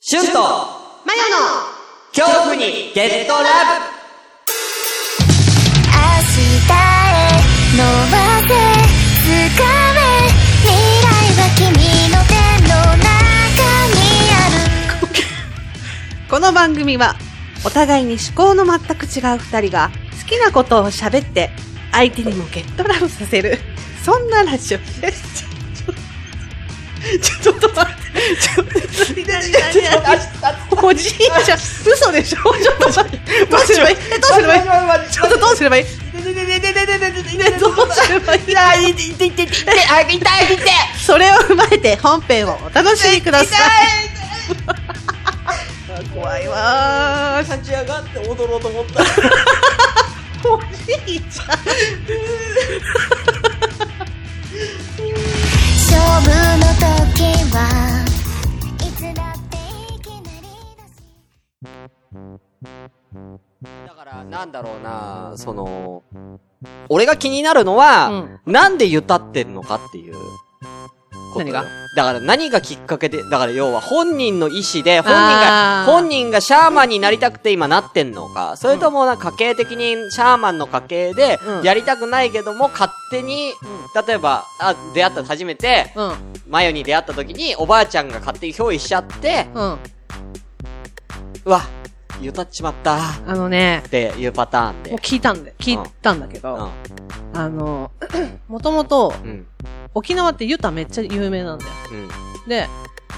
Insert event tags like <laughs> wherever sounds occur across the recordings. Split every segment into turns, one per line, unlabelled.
シュンと
マヨの
恐怖にゲットラブ
明日へ伸ばせ掴め未来は君の手の中にある
この番組はお互いに思考の全く違う二人が好きなことを喋って相手にもゲットラブさせるそんなラジオですちょちょちょっと待ってちょっとおじいちゃん嘘でしょちょっと待ってどうすればいいえどうすればいいちょっとどうすればいいえどうすればいいそれを踏まえて本編をお楽しみください <laughs> 怖いわー
立ち上がって踊ろうと思っ
<laughs>
た。
おじいちゃん
勝負の時はいつだっていきなりだし
だから、なんだろうな、その、俺が気になるのは、なんでゆたってんのかっていう。
何が
だから何がきっかけで、だから要は本人の意思で、本人
あ
が、
ー
本人がシャーマンになりたくて今なってんのか、それともなんか家系的にシャーマンの家系で
う、ん
やりたくないけども勝手に、例えば、あ、出会った初めて、
うん
マヨに出会った時におばあちゃんが勝手に憑依しちゃって、
うん
うわ、ゆたっちまったっ
あのね
ていうパターンで。
もう聞いたんで聞いたんだけど、
う
あの <clears throat> もともと
ん。うん。
沖縄ってユタめっちゃ有名なんだよ
うん。
で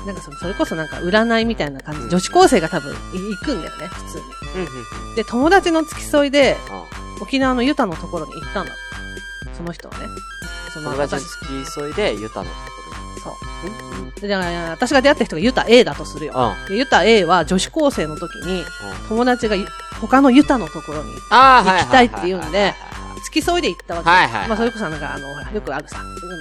なんかそのそれこそなんか占いみたいな感じ、
うん
女子高生が多分い行くんだよね普通に
うん。
で友達の付き添いで
あ
沖縄のユタのところに行ったんだその人はねその
友達に
私
付き添いで、ゆたのとこ
そう
ろに。うんうん。
でだから私が出会った人がユタ A だとするよ、
あ
でユタ A は女子高生の時に友達がゆ他のユタのところに
あー、は
行
い。
きたいって言うんで。付き添いで行ったわけ。
はいはい
まあそれこそなんかあの、ほらよくあるさ、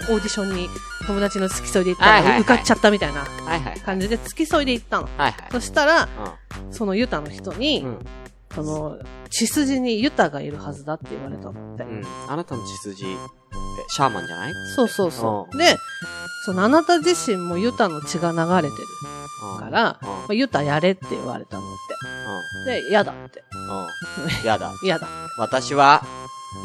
オーディションに友達の付き添いで行ったら、
はいはいはい
受かっちゃったみたいな
はいはい。
感じで付き添いで行ったの。
はいはい。
そしたら、
う
そのユタの人に、
ん。うん。
その、血筋にユタがいるはずだって言われたのって。
うん。あなたの血筋って、シャーマンじゃない
そうそうそうう。で、そのあなた自身もユタの血が流れてるか、
からうん。
まあユタやれって言われたのって。で、嫌だって。 <laughs>
うん。うん。やだ。
嫌だ。
私は、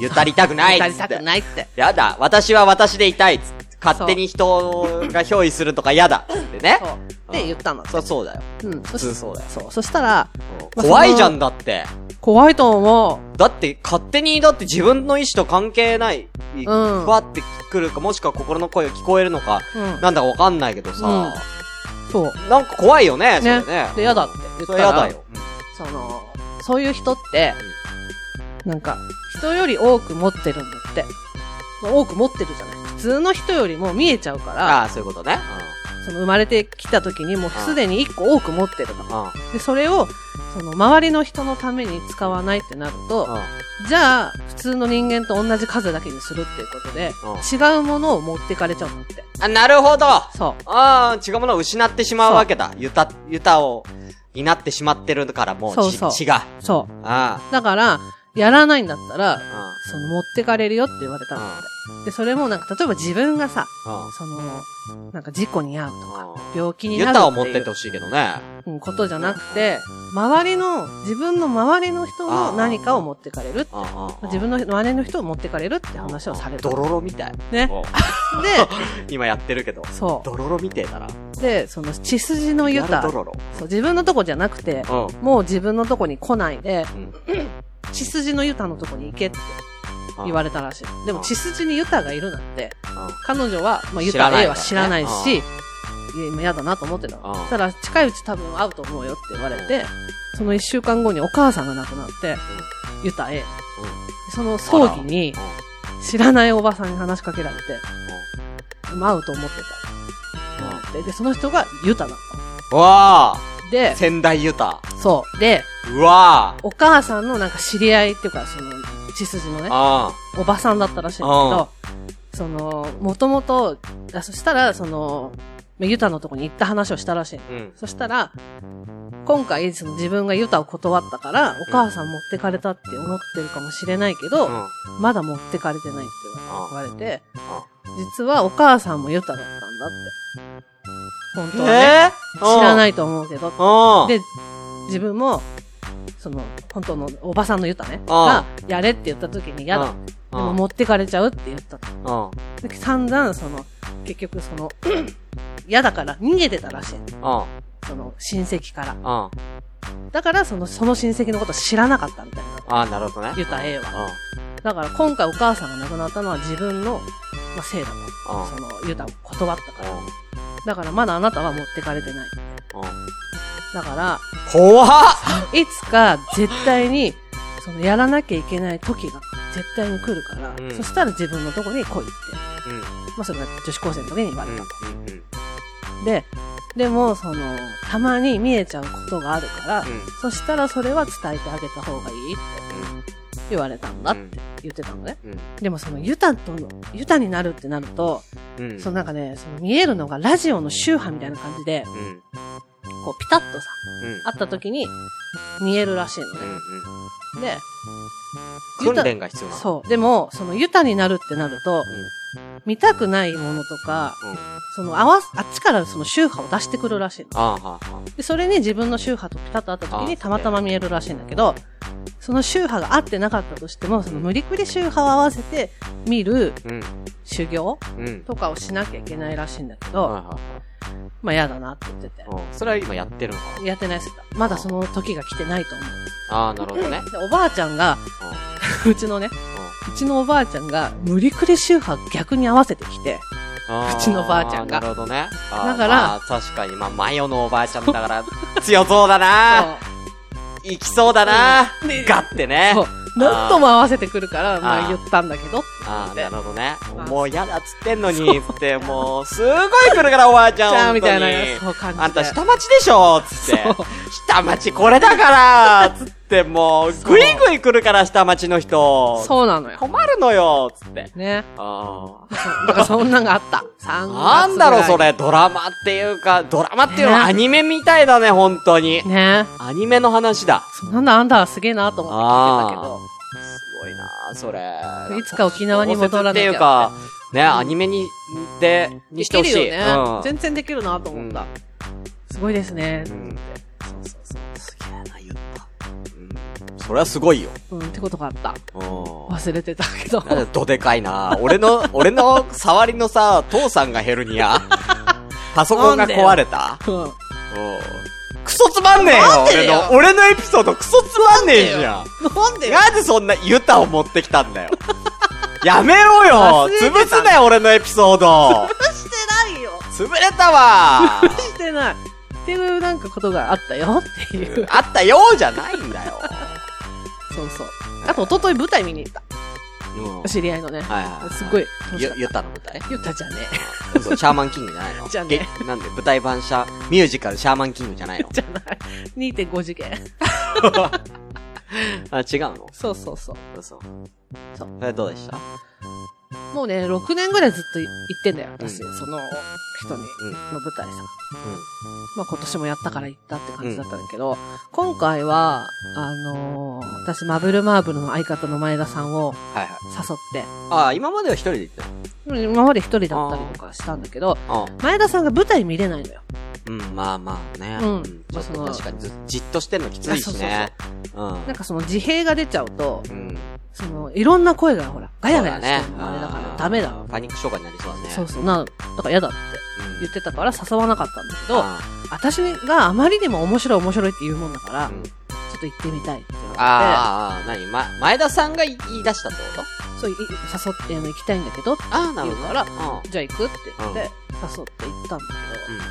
ゆたりたくないっつ
や
っ
り
て
たくないって。
やだ。私は私でいたいっつって。勝手に人が憑依するとかやだ。っつってね
そ。う。で、
うん
言ったの。
そ、そうだよ。
うん。普
普通そうだよ。
そう。そしたら、
う
ま
ん
あ
怖いじゃんだって。
怖いと思う。
だって、勝手に、だって自分の意思と関係ない、ふ
ん
わってくるか、もしくは心の声が聞こえるのか、
うん。
なんだかわかんないけどさ、
そう。
なんか怖いよね、それ
ね
ね。
で、嫌だって言っ
そ
た
れ
ら。
やだよ。
その、そういう人って、なんか、人より多く持ってるんだって。まあ多く持ってるじゃない。普通の人よりも見えちゃうから、
ああ、そういうことね。
その生まれてきた時にもうすでに一個多く持ってるの。
うん。うん。うん。
で、それを、その、周りの人のために使わないってなると、じゃあ、普通の人間と同じ数だけにするっていうことで、違うものを持ってかれちゃうんだって。
あ、なるほどあ
そう。
あ、違うものを失ってしまうわけだ。ゆた、ゆたを、になってしまってるから、もう、
そう
ち
そう
違う。あ
そ
あ、
う。だから、やらないんだったら、
うん。
その持ってかれるよって言われたのって。で、それもなんか、例えば自分がさ、
うん。
その、なんか事故に遭うとか、
う
病気
ん。
に
ユ
なる
タを
っ
持ってて
い
っ
う
てほしいけどね。
うんことじゃなくて、周りの、自分の周りの人の何かを持ってかれる。
うんうんうん
自分の周りの人を持ってかれるって話をされた
ド。ロロみたい。
ね。で、
今やってるけど。
そ
ドロロみてえだな。
う。で、その血筋のユタ
ド、ロロ。
そう、自分のとこじゃなくて、
う
もう自分のとこに来ないで、
ん。
血筋のユタのとこに行けって言わ
れ
れたらしい。でも血筋にユタがいるなんて、
う
彼女は、まあ、ユ
知ら
タ
ない
A は知らないし、
か
いや、今嫌だなと思ってた
うん
の。そしたら、近いうち多分会うと思うよって言われて、その一週間後にお母さんが亡くなって、ユタ A。その葬儀に、知らないおばさんに話しかけられて、今会うと思ってた。で、でその人がユタだっ
ん。わあ
たの。で、
仙台ユタ。
そう。で、
うわ
お母さんのなんか知り合いっていうか、その、血筋のね、
あ
おばさんだったらしいんだけど、その、もともと、あそしたら、その、ユタのとこに行った話をしたらしいの。
うん。うん。
そしたら、今回、その自分がユタを断ったから、お母さん持ってかれたって思ってるかもしれないけど、
うん。
まだ持ってかれてないって言われて、実はお母さんもユタだったんだって。本
え
当はね。
知。
知らないいと思うけど。
うん。
で、自分も、その、本当のおばさんの言ったね。
ああ
が、やれって言った時に、やだ。
うん、
でも持ってかれちゃうって言ったの。
うん。
で散々、その、結局その、 <clears throat> 嫌だから逃げてたらし
う
い。
ん。
その、親戚から。
うん。
だから、その、その親戚のこと知らなかったみたいな。
ああ、なるほどね。
言ったらええわ。
う
だから、今回お母さんが亡くなったのは自分の、まあ、せいだと。
ん。うん。
その、言うたら断ったから。
うん
だから、まだあなたは持ってかれてない。
うん。
だから、
怖っ
いつか絶対に、そのやらなきゃいけない時が絶対に来るから、
うん
そしたら自分のとこに来いって。
うん。
まあそれが女子高生の時に言われたと。
うん。うん。
で、でもその、たまに見えちゃうことがあるから、そしたらそれは伝えてあげた方がいいって言われたんだ
う
って
ん。
言ってたのね。
うん。
でもそのユタとの、ユタになるってなると、
うん。うん。
そのなんかね、その見えるのがラジオの周波みたいな感じで、
うん。うん。
こうピタッとさ、会った時に見えるらしいの
うん。
ね。
うん。
で、ユタ
訓練が必要なの。
そう。でも、その、ユタになるってなると、見たくないものとか、
うん
その、合わす、あっちからその周波を出してくるらしいの。
ああ、はあ、は
で、それに自分の周波とピタッと合った時に
あ
たまたま見えるらしいんだけど、その周波が合ってなかったとしても、その無理くり周波を合わせて見る
あ。うん。
修行
うん。
とかをしなきゃいけないらしいんだけ
は
ど、
いは
まあ嫌だなって言ってて
い。はい。うん。それは今やってるのか
やってないっすまだその時が来てないと思う。
なああ、なるほどね。
で、おばあちゃんが、うちのね、うちのおばあちゃんが無理くり周波逆に合わせてきて、
う
うちのばあちゃんが
なるほどね。あー
だから
まあ確かに、まあ、マヨのおばあちゃんだから、強そうだな行きそうだなガッてね
そ。う。何とも合わせてくるから、ま
あ
あ
ー
言ったんだけどって
ああ、
言
な
って。
るほどね
あ。ー
もう嫌だっつってんのに、つって、もう、すごい来るから、おばあちゃん。
じゃあ、
本
み
当に
たいな、そう感じで。
あんた下町でしょつって
そう。
下町これだからつって、もう、
そう
ぐいぐい来るから、下町の人。
そうなのよ。
困るのよつって。
ね。
ああ。
なんかそんなんがあった。3月ぐ
な
ら
いんだろう、そ。れ。ドラマっていうか、ドラマっていうのは
ね
アニメみたいだね、本当に。
ね。
アニメの話だ。
そうなんだあんだすげえなと思って聞いてたけど。
すごいなそれ。
いつか沖縄に戻らなきゃ
小説っていうか、ね、アニメに、で、にしてほし
で
い。
きるよね
うん。
全然できるなと思った。すごいですね。
うん。そうそうそう。すげえな、言った。うん。それはすごいよ。
うん、ってことがあった。
うん。
忘れてたけど。
なんでどでかいな俺の、俺の触りのさ、父さんがヘルニ
<laughs>
ア。パソコンが壊れた。
うん
うん。クソつまんねえよ
んで
俺
だよ
の、俺のエピソードクソつまんねえじゃん。
なんでよ
なんでそんなユタを持ってきたんだ
<laughs>
よ。やめろよ
忘れてた
潰すなよ、俺のエピソード
してないよ
潰れた
<laughs>
わ
してないっていうなんかことがあったよっていう。
あったよじゃないんだよ。
そうそう。あと、一昨日舞台見に行った。
うん
お知り合いのね。
はいはいはい
すっごい楽し
ゆ
かっ、た。
ユタの舞台
言ったじゃね
そうシャーマンキングじゃないの
じゃね
げなんで、舞台版シャ、ミュージカルシャーマンキングじゃないの
<laughs> え。じゃない。2.5次元。
<laughs> あ、違うの
そうそうそう。
そうそう。
そ
それどうでした
もうね、6年ぐらいずっと行ってんだよ、私。
う
その人に、
うん
の舞台さ。まあ今年もやったから行ったって感じだったんだけど、今回は、あのー私、マブルマーブルの相方の前田さんを
はいはい。
誘って、
あ、今までは一人で行った
今まで一人だったりとかしたんだけど、
の
前田さんが舞台見れないのよ。
うん。うん、まあまあね。
うん
ちょっと
まあ
確
そ
か
の
にず、じっとしてんのきついしね。うん。
なんかその自閉が出ちゃうと、
うん。
その、いろんな声がほら、ガヤガヤして
そう
る
だ
のあれだか
う
ら
ん
ダメだわ。
パニック障害になりそうだね。
そうそう、な、だから嫌だって
うん
言ってたから誘わなかったんだけど、
あ
私があまりにも面白い面白いって言うもんだから、
うん
ちょっと行ってみたいって言われて、
あ、ああ、なに、ま、前田さんが言い出したってこと
そう、い誘ってあの行きたいんだけど、
ああ、
なるほど
だから、うん。
じゃあ行くって言って、
うん
誘って行ったんだけ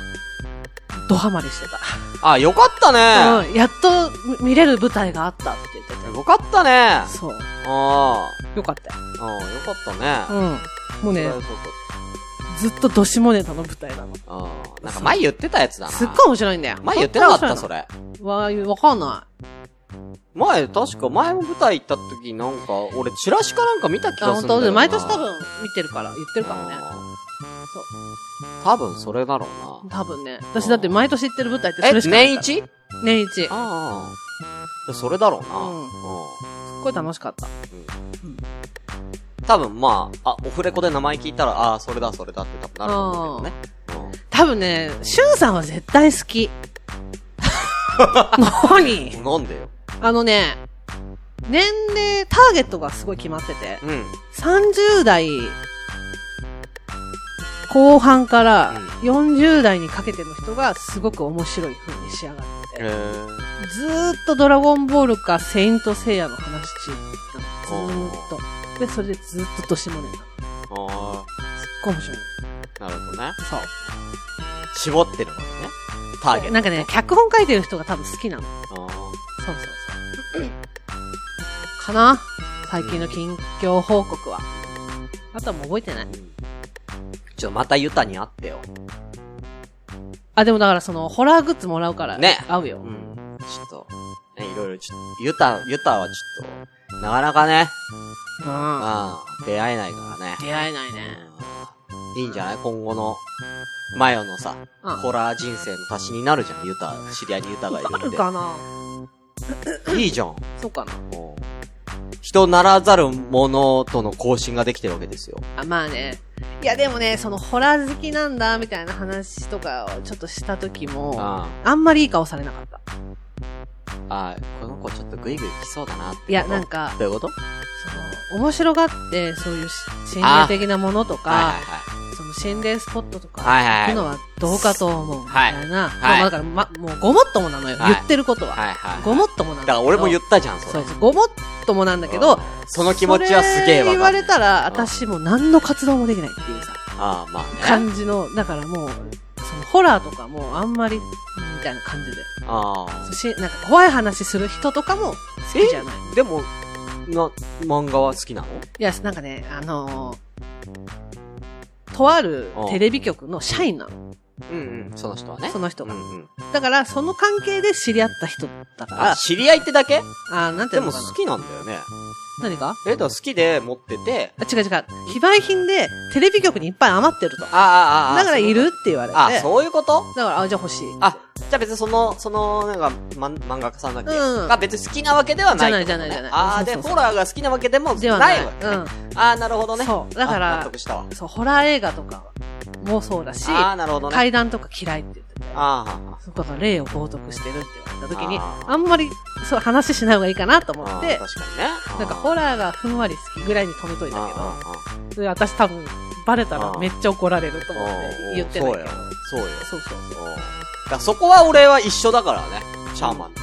ど、ドハマ
<laughs>
りして
あ、よかった
た。
ね。
うん、やっと見見れる舞台があったって言ってて。
よかったね。
そう。
あ
よかったよ。
あ、ああ、よかったね。
うん。もうね
そ、りゃそう
ずっとドシモネタの舞台なの。
かああ、なんか前言ってたやつだな。
すっごい面白いんだよ。
前言ってなかった、そ
れ。
れ。
わー、わかんな
前、確か前も舞台行った時なんか、俺、チラシかなんか見た気
い。あ、
がする
本
んだ
当
よな。
で毎年多分見てるから、言ってるからね。
あ
そう。
あ。多分それだろうな。
多分ね。私だって毎年行ってる舞台って
え
それ、しかない
年
から。
一
年一。すっ
ああ。それだろうな。
うん
うん
ごい楽しかった。
多分まあ、あ、オフレコで名前聞いたら、ああ、それだ、それだって多分なると思うけどね。
多分ね、しゅんさんは絶対好
<laughs>
き。何
なんでよ。
あのね、年齢、ターゲットがすごい決まってて、
うん。
30代後半から40代にかけての人がすごく面白い風に仕上がって
え
て、
ー、
ずーっとドラゴンボールかセイントセイヤの話中ずーっと。で、それでずーっと年もねなの。すっ
あ
ごい面白い。
ー、なるほどね。
そう。
絞ってるわけね。ターゲット。
なんかね、脚本書いてる人が多分好きなの。そう
あー
そうそう。かな最近の近況報告は。あとはもう覚えてない。
ちょ、またユタに会ってよ。
あ、でもだからその、ホラーグッズもらうから。
ね
合うよ。
うん。ちょっと、ね、いろいろ、ちょっと、ユタ、ユタはちょっと、なかなかね、
うん。
ああ、出会えないからね。
出会えないね。
いいんじゃない今後の、マヨのさ、
うん
ホラー人生の足しになるじゃん、ユタ。知り合いにユタがい
あ
る
る
んで。
かない
いじゃん。
そうかな
もう人ならざる者との交信ができてるわけですよ。
あ、まあね。いやでもね、その、ホラー好きなんだ、みたいな話とかをちょっとした時も、あ
あ
んまりいい顔されなかっ
あ、
た。
ああこの子ちょっとグイグイ来そうだなってこと。
いや、なんか、
どういうこと
その、面白がって、そういうし心霊的なものと
はい
か
はい、
その心霊スポットとか、
はい。はいはい
行くの
はい。
はどうかと思う。みたいな。
はい
まあだから、ま、もうごもっともなのよ。
はい
言ってることは。
はいはい。
ごもっともなの
だから俺も言
っ
ったじゃん、そ
そ
れ
う。そう、ごもっともなんだけ
う
ど
ん、その気持ちはすげえわ
それ言
か
わ
る。
れたら、
ん
私もう何の活動もできないっていうさ、
ああ、まあね。
感じの、だからもう、そのホラーとかもあんまり、みたいな感じで。
ああ。
し、なんか怖い話する人とかも好きじゃない。
でも、な、漫画は好きなの
いや、なんかね、あのーとあるテレビ局の社員なの、
うんうん。その人はね。
その人
う
が。
んうん。
だから、その関係で知り合った人だから、
あ、知り合いってだけ
あー、なんてい
で
う
も
のかな
好。きなんだよね。
何か
え、だから好きで持ってて、
あ違う違う。非売品で、テレビ局にいっぱい余ってると。だ
ああああああ。
からいるって言われて。
あ、そういうこと
だから、あ、じゃあ欲しい。
あ、じゃあ別にその、その、なんか、ま、漫画家さんだっけ、
うん
が別に好きなわけではないってことね、
じゃないじゃないじゃない
ああ、で、
そうそうそう
ホラーが好きなわけでも
では
な
ない。
いわけ、ね。
うん。
ああ、なるほどね。
そうだから
あ納得したわ。
そう、ホラー映画とかもそうだし、
ああ、なるほどね。
階段とか嫌いって言ってて。
あ
そうだから、霊を冒涜してるって言われた時に、
あー
あんまり、そう、話しない方がいいかなと
あ、
思
ああ、
って、
確かにね。
なんか
ラ
ホラーがふんわり好きぐらいに止めといたけど、
ー
それ私多分バレた
あ
ら
ー
めっちゃ怒られると思って言ってないけど。
そうよ。
そうそう
そうよ。うんだからそこは俺は一緒だからね。シャーマンと。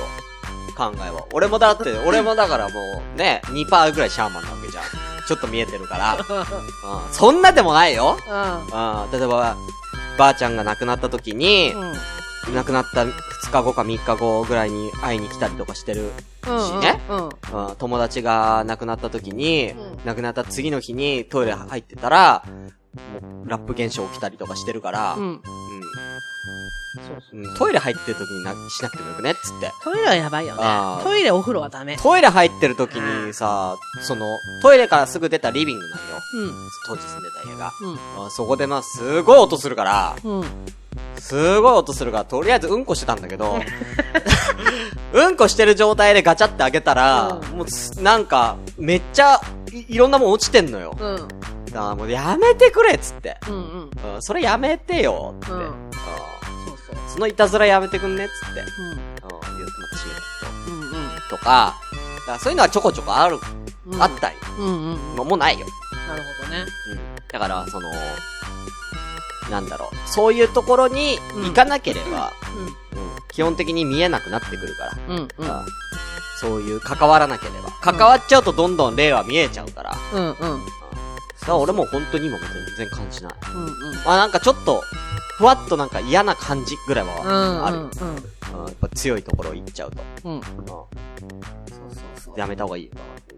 考えは。俺もだ
<laughs>
って、俺もだからもうね、2%ぐらいシャーマンなわけじゃん。ちょっと見えてるから。うんそんなでもないよ。ああ、例えば、ばあちゃんが亡くなった時に
う、ん。うん。
亡くなった2日後か3日後ぐらいに会いに来たりとかしてる。
うん。
ね
うん。
うん、友達が亡くなった時に、
うん
亡くなった次の日にトイレ入ってたら、もうラップ現象起きたりとかしてるから、
うん。
うんうんトイレ入ってる時になしなくてもよくねっつって。
トイレはやばいよ
あ
ね
ー。
トイレ、お風呂はダメ。
トイレ入ってる時にさ、その、トイレからすぐ出たリビングなのよ。
うん。
当時住んでた家が。
うん。
あそこでまあ、すごい音するから、
うん。
すごい音するから、とりあえずうんこしてたんだけ
<laughs>
ど、うんこしてる状態でガチャって開けたら、
うん
もうす、なんか、めっちゃい、いろんなもん落ちてんのよ。
うん。う
だ
ん。
からもうやめてくれっつって。
うん。
うん、それやめてよって。
う
うんん
そうそう。
そのいたずらやめてくんねっつって。うん、言
う
ってまた閉めた
ん。うん。
けどとか、だからそういうのはちょこちょこある、
うん。
あったり、
うん。うん。うん。なる
もうないよ。
ほどね。
だから、その、なんだろう。そういうところに行かなければ、うん基本的に見えなくなってくるから。
うん。うん。うん。
あそういう関わらなければ。関わっちゃうとどんどん霊は見えちゃうから。だか
うん。うん。うん。
ら俺もう本当に今も全然感じない。
うん。
まあなんかちょっと、ふわっとなんか嫌な感じぐらいはある。
うん。うん。
うんやっぱ強いところ行っちゃうと。
うん。
う
そうそうそ
んやめた方がいいよ。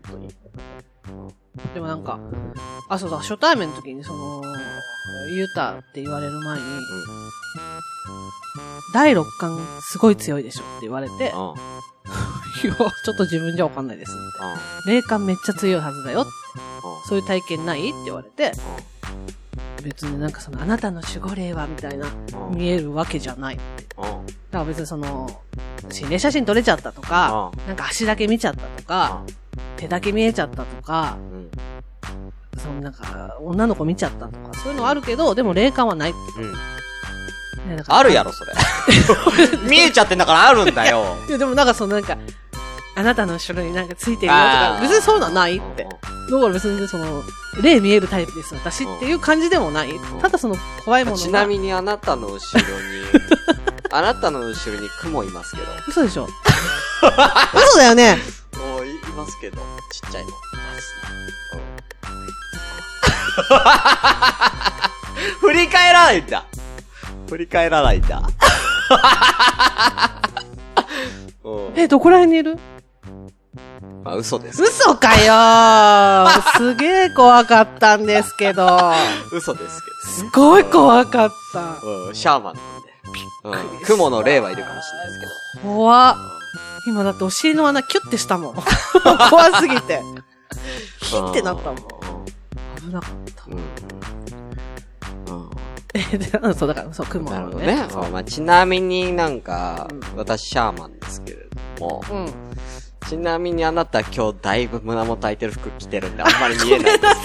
本当に。
う。でもなんか、あ、そうだ、初対面の時に、その、ユタって言われる前に、第六感すごい強いでしょって言われて、
うん。うん。
<laughs> いや、ちょっと自分じゃわかんないです。霊感めっちゃ強いはずだよ。
う
そういう体験ないって言われて、
ん。
別になんかその、あなたの守護霊はみたいな、
うん。うん。
見えるわけじゃない。だ
うん。
から別にその、心霊写真撮れちゃったとか、
う
なんか足だけ見ちゃったとか、手だけ見えちゃったとか、
ん。うん。
そのなんか、女の子見ちゃったとか、そういうのはあるけど、でも霊感はない。
うん。
いやだから
あるやろ、 <laughs> それ。見えちゃってんだからあるんだよ。
いやでもなんかそのなんか、あなたの後ろになんかついてるよとか
あ、ー
別にそういうのはないって。
うん
だから別にその、霊見えるタイプです私っていう感じでもない。
ん
ただその怖いものが。
ちなみにあなたの後ろ <laughs> に、あなたの後ろに雲いますけど。
嘘でしょ嘘だよね
おい、いますけど、ちっちゃいの。振り返らないんだ。振り返らないんだ。 <laughs> うん
え、どこら辺にいる
まあ、嘘です。
嘘かよーすげえ怖かったんですけど。
嘘ですけど。
すごい怖かった。
うん、シャーマンなんで。
り
うん、
した
雲の霊はいるかもしれないですけど。
怖っ今だってお尻の穴キュッてしたもん。 <laughs> 怖すぎて。ヒッてなったもん。危なかった。
うん。うん。うん
え、でうんそうだから、そう、雲
な
な
る
の
ほど
ね。
ね。あまあ、ちなみになんか
うん、
私シャーマンですけれども、
うん。
ちなみにあなた今日だいぶ胸元開いてる服着てるんで、あんまり見え
<laughs>
ないんです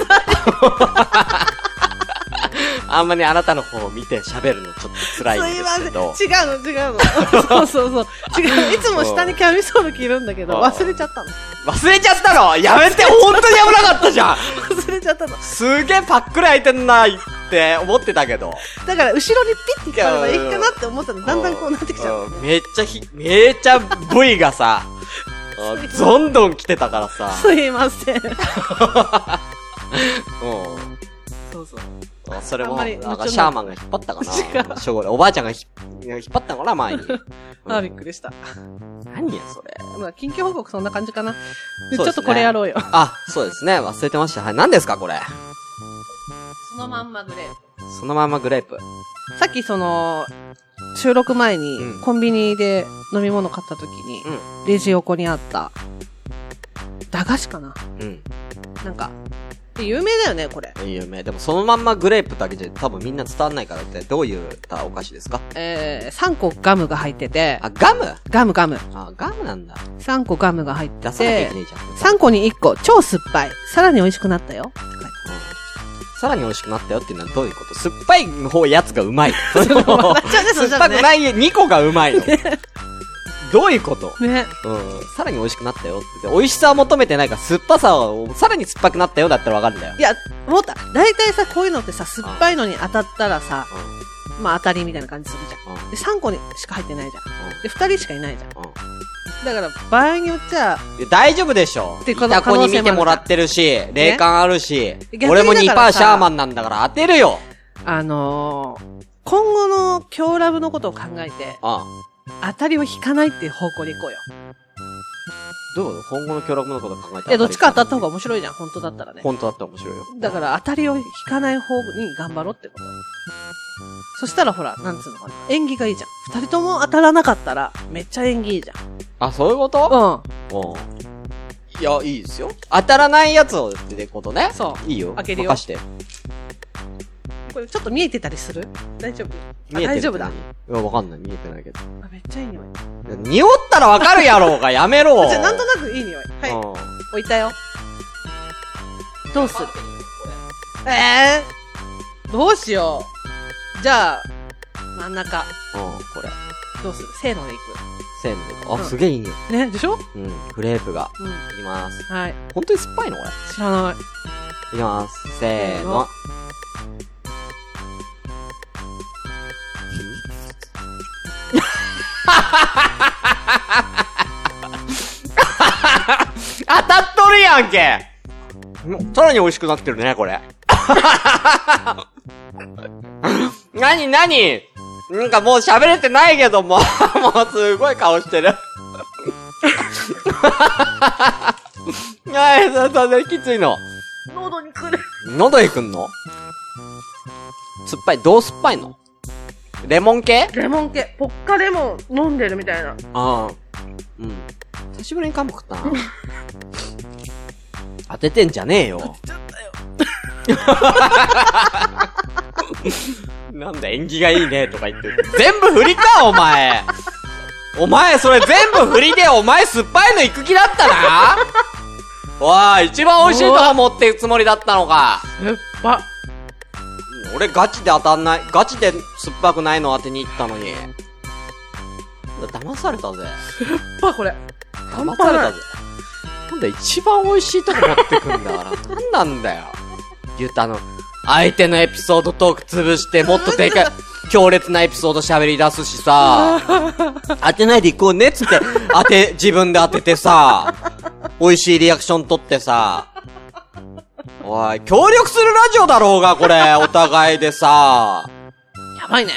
あんまりあなたの方を見て喋るのちょっと辛いんですけど。
<laughs> すいません。違うの、
<laughs>
違うの。そうそうそう。違う。いつも下にキャミソール着るんだけど、
うん
忘れちゃったの。
忘れちゃったのやめて本当に危なかったじゃん
忘れちゃったの。
すげえパックリ開いてんなって思ってたけど。
だから、後ろにピッて引っ張ればいいかなって思ったの。だんだんこうなってきちゃう。
うんめっちゃひ、めっちゃ部位が
<laughs>
さ、うんどんどん来てたからさ。
すいません。
うん。
そうそう。
あそれ
あん
も、
ま
な
り
んかシャーマンが引っ張ったか
<laughs> 違
な。しょうがないおばあちゃんがひ引っ張ったのかな、前
<laughs>
に。
あーびっくりした。
うん何や、それ。
まあ、近況報告そんな感じかな。でち
そうです
ょ
ね
っとこれやろうよ。
あ、そうですね。忘れてました。はい、何ですか、これ。
そのまんまグレー
そのままグレープ。
さっきその、収録前に
うん
コンビニで飲み物買った時に、レジ横にあった、駄菓子かな
うん。
なんか、有名だよね、これ。
うん。有名。でも、そのまんまグレープだけじゃ多分みんな伝わんないからって、どういったお菓子ですか
えー、3個ガムが入ってて、
あ、ガム
ガムガム。
あ、ガムなんだ。
3個ガムが入っ
出
て
さなきゃい
て
け、ないじゃん。
3個に1個、超酸っぱい。さらに美味しくなったよ。
さらに美味しくなったよっていうのはどういうこと酸っぱい方やつがうま
<laughs>
い。 <laughs> 酸っ
笑っちゃうね、そしたら
ぱく
ね。 <laughs>
ない2個がうまいの。どういうこと
ね。
うん。さらに美味しくなったよって。美味しさは求めてないから、酸っぱさは、さらに酸っぱくなったよだったらわかるんだよ。
いや、思った。大体さ、こういうのってさ、酸っぱいのに当たったらさ、まあ当たりみたいな感じするじゃん。
うん。うん。
で、3個にしか入ってないじゃん。で、2人しかいないじゃん。
うん。
だから、場合によっちゃ、
いや大丈夫でしょ。
って
い
こと
た子に見てもらってるし、霊感あるし、
逆に
俺も2%シ
だからさ
ャーマンなんだから当てるよ。
あのー、今後の強ラブのことを考えて、
うん。
当たりを引かないっていう方向で行こうよ。
どういうこと今後の協力のこと考えたら。
いや、どっちか当たった方が面白いじゃん、本当だったらね。
本当だったら面白いよ。
だから当たりを引かない方に頑張ろうってこと。そしたらほら、なんつうのかな。縁起がいいじゃん。二人とも当たらなかったら、めっちゃ縁起いいじゃん。
あ、そういうこと
うん。
うん。いや、いいですよ。当たらないやつをってことね。
そう。
いいよ。
開けるよ
任して。
これちょっと見えてたりする大丈夫
見えてる
大丈夫だ
いや、わかんない。見えてないけど。
あめっちゃいい匂い。
いや匂ったらわかるやろうが、やめ <laughs> ろ。
じゃあ、なんとなくいい匂い。はい。
うん
置いたよ。どうするえー、どうしよう。じゃあ、真ん中。
うん、これ。
どうするせーのでい
せーの。あ、
うん
すげえいい匂い。
く。ね、でしょ
うん、グレープが。
うん。
いきます。
はい。
本当に酸っぱいのこれ。い
知らない。
きます。せーの。 <laughs> 当たっとるやんけんさらに美味しくなってるね、これ。 <laughs> なになになんかもう喋れてないけども、 <laughs> もうすごい顔してる。 <laughs> はい、そ、それきついの。
喉にくる。
喉いくんの酸っぱい、どう酸っぱいのレモン系
レモン系。ポッカレモン飲んでるみたいな。
ああ。うん。久しぶりに噛む食ったな。 <laughs> 当ててんじゃねえよ。
ちょっとよ。
<laughs> なんだ、縁起がいいね、とか言ってる。全部振りか、お前お前、それ全部振りで、お前酸っぱいの行く気だったな <laughs> わあ、一番美味しいとか持ってるつもりだったのか。
酸っぱ。
俺ガチで当たんない、ガチですっぱくないの当てに行ったのに。騙されたぜ。
ぱこれ。
騙されたぜ。なんだ、一番美味しいとこ持ってくんだから。なんなんだよ。言うたの、相手のエピソードトーク潰して、もっとでかい、強烈なエピソード喋り出すしさ、当てないでいこうねっつって、当て、自分で当ててさ、美味しいリアクション取ってさ、おい、協力するラジオだろうが、これ、お互いでさ、
やばいね。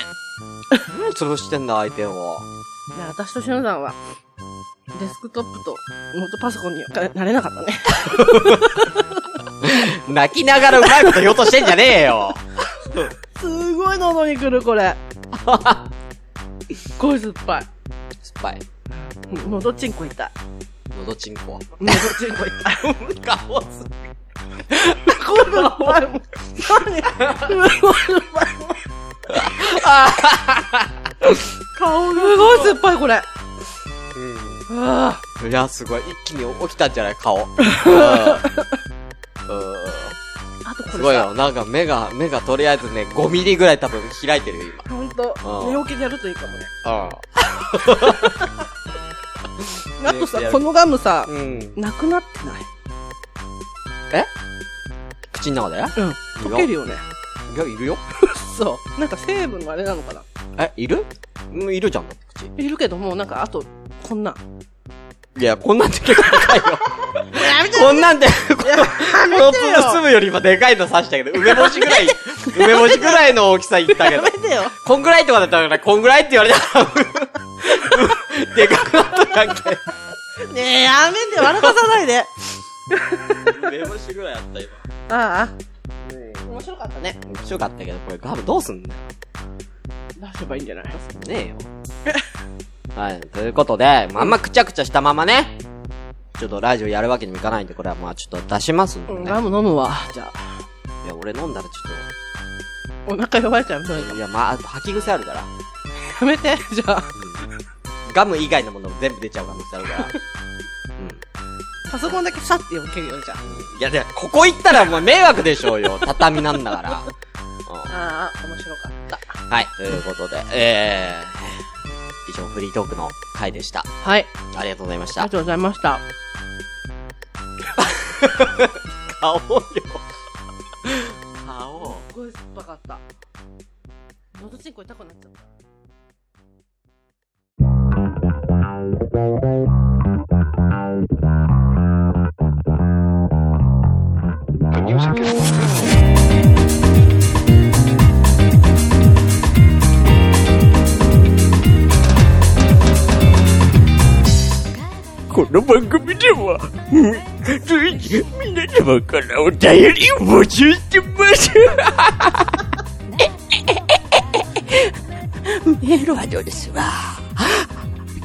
何潰してんだ、相手を。
いや私としのさんは、デスクトップとノートパソコンにはなれなかったね。
泣きながらうまいこと言おうとしてんじゃねえよ。
<laughs> すごい喉にくる、これ。 <laughs> すっごい酸っぱ
酸っ
い。
ぱい。
うん喉チンコ痛い。
のどちんこは。
喉チンコ痛い。
顔す。
こういうのもあるもん。何すごい酸っぱい。顔すごい酸っぱい、これ。あ
うん。いや、すごい。一気に起きたんじゃない <laughs> 顔。うん。うん
ーあとこ
すごい
れさ、
よ。なんか目が、目がとりあえずね、5ミリぐらい多分開いてるよ、
ほんと
う、ん
寝起きでやるといいかもね。
今。
あとさ、このガムさ、
うん。うん。
なくなってない
口の中で
うん。溶けるよね。
いや、いるよ。
そう。なんか成分のあれなのかな
え、いるうん、いるじゃん、口。
いるけども、なんかあと、こんな。
いや、こんなんで結構でかいよ。こんなんで、この、この粒むよりもでかいの刺したけど、梅干しぐら
<laughs>
い、梅干しぐらいの大きさいったけ
や
ど
め。てよ。
こんぐらいとかだったら、こんぐらいって言われたら、でかくなったやんけ。
ねえ、やめてよ、笑かさないで。
梅干しぐらいあった、今。
ああ。面白かったね。
面白かったけど、これガムどうすんだよ。
出せばいいんじゃない
ねえよ。はい、ということで、まんまくちゃくちゃしたままね、ちょっとラジオやるわけにもいかないんで、これはまあちょっと出しますんで
う
ね。
ん、
い
ガム飲むわ。じゃあ、
や、俺飲んだらちょ
お腹弱いから飲
っ
む
と、いや、まあ、あと吐き癖あるから、
やめて、じゃあ。
ガム以外のものも全部出ちゃう可能性ある
<laughs>
から。うん
パソコンだけシャッて避けるよ、じゃ
いや、で、ここ行ったらもう迷惑でしょうよ。畳なんだから。うん
あ。ああ、面白かった。
はい、ということで、えー、以上フリートークの回でした。
はい。
ありがとうございまし
あり
た
が。とうございました。
顔よ。顔。
すごい酸っぱかった。喉チンコ痛くなっちゃった。
この番組では、うん随時皆様からお便りを募集してます。メールアドレスは、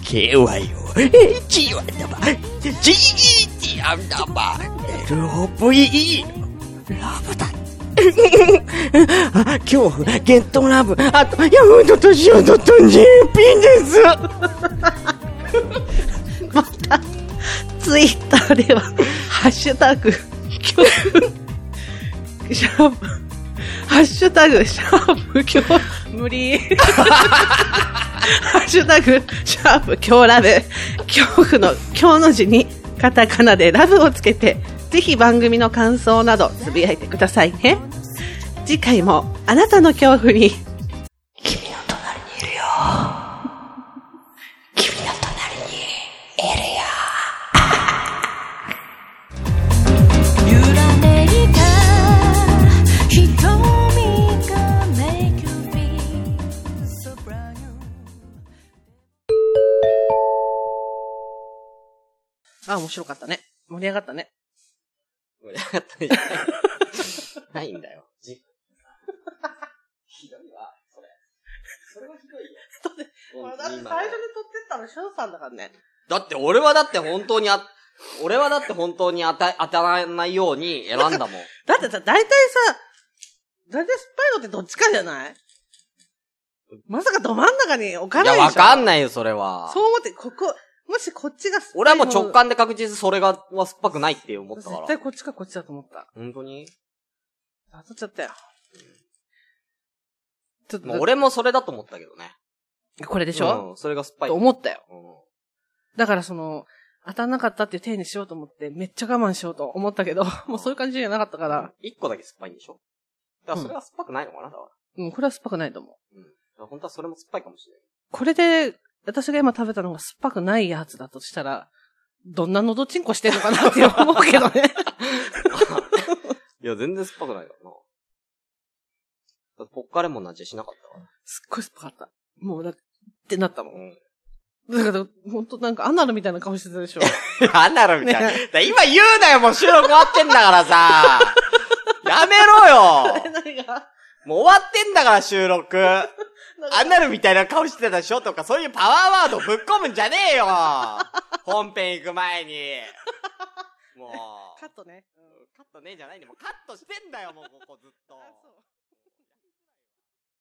kyo.h アンダーバー、love ラブだ。あ今日、ゲットラブ、あと、ヤフードとシオドと JP です。
また、ツイッターでは、ハッシュタグ、恐怖、シャープ、ハッシュタグ、シャープ、恐怖、無理。ハッシュタグ、シャープ、恐ラブ、恐怖の、恐の字に、カタカナでラブをつけて、ぜひ番組の感想など、つぶやいてくださいね。次回も、あなたの恐怖に、
揺らめいた瞳が Make you feel so brand new
あ、面白かったね。盛り上がったね。
盛り上がったんじゃ <laughs> ないないんだよ。じひどいわ、それ。それはひどいよ。本当に今の
ったの、シュンさんだからね。
だって俺はだって本当にあ、俺はだって本当に当た、当たらないように選んだもん。
だってさ、大体さ、大体酸っぱいのってどっちかじゃないまさかど真ん中に置か
い
な
や、
いでしょ
わかん
い。
ないよ、それは。
そう思って、ここ、もしこっちが酸っぱいの
俺はもう直感で確実それが、は酸っぱくないって思ったか
絶
ら
対。こっちかこっちだと思った。
本当に
当たっちゃったよ。ちょっと、
もう俺もそれだと思ったけどね。
これでしょ、
うん、それが酸っぱい。
と思ったよ。
うん
だからその、当たんなかったっていう体にしようと思って、めっちゃ我慢しようと思ったけど、もうそういう感じじゃなかったから、
一個だけ酸っぱいんでしょだからそれは酸っぱくないのかな、だか
うん、これは酸っぱくないと思う。
ら。うん。だから本当はそれも酸っぱいかもしれない。
これで、私が今食べたのが酸っぱくないやつだとしたら、どんな喉チンコしてんのかなって思うけどね。
いや、全然酸っぱくないからな。だってポッカレモンの味しなかったわ。
<laughs> すっごい酸っぱかった。もうだってなったもん。
ん。
だから、ほんとなんかアナルみたいな顔してたでしょ。
<laughs> なんだろみたいな。だから今言うなよ、もう収録終わってんだから <laughs> さ。やめろよ。
<laughs> 何が
もう終わってんだから収録。アナルみたいな顔してたでしょとか、そういうパワーワードぶっ込むんじゃねえよ。本編行く前に。 <laughs> もう。
カットね。うん
カットねえじゃないんで、もうカットしてんだよ、もうここずっと。
あそう